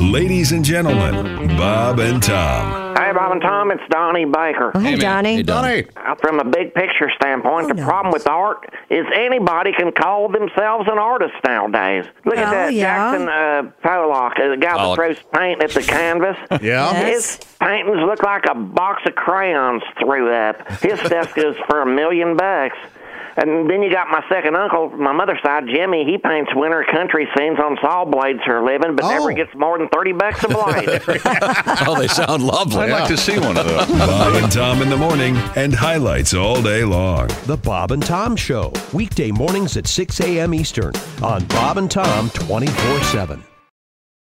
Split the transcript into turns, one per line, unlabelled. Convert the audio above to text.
Ladies and gentlemen, Bob and Tom.
Hey, Bob and Tom, it's Donnie Baker.
Oh, hey, Donnie.
Donnie.
Uh, From a big picture standpoint,
Who
the problem
knows?
with art is anybody can call themselves an artist nowadays. Look
Oh,
at that
yeah.
Jackson uh, Pollock, uh, the guy
Pollock.
that throws paint at the canvas.
Yeah.
Yes.
His paintings look like a box of crayons threw up. His stuff goes for a million bucks. And then you got my second uncle, my mother's side, Jimmy. He paints winter country scenes on saw blades for a living, but
Oh.
never gets more than thirty bucks a blade.
Oh, they sound lovely.
I'd like
yeah.
to see one of those.
Bob and Tom in the morning and highlights all day long.
The Bob and Tom Show, weekday mornings at 6 a.m. Eastern on Bob and Tom 24 7.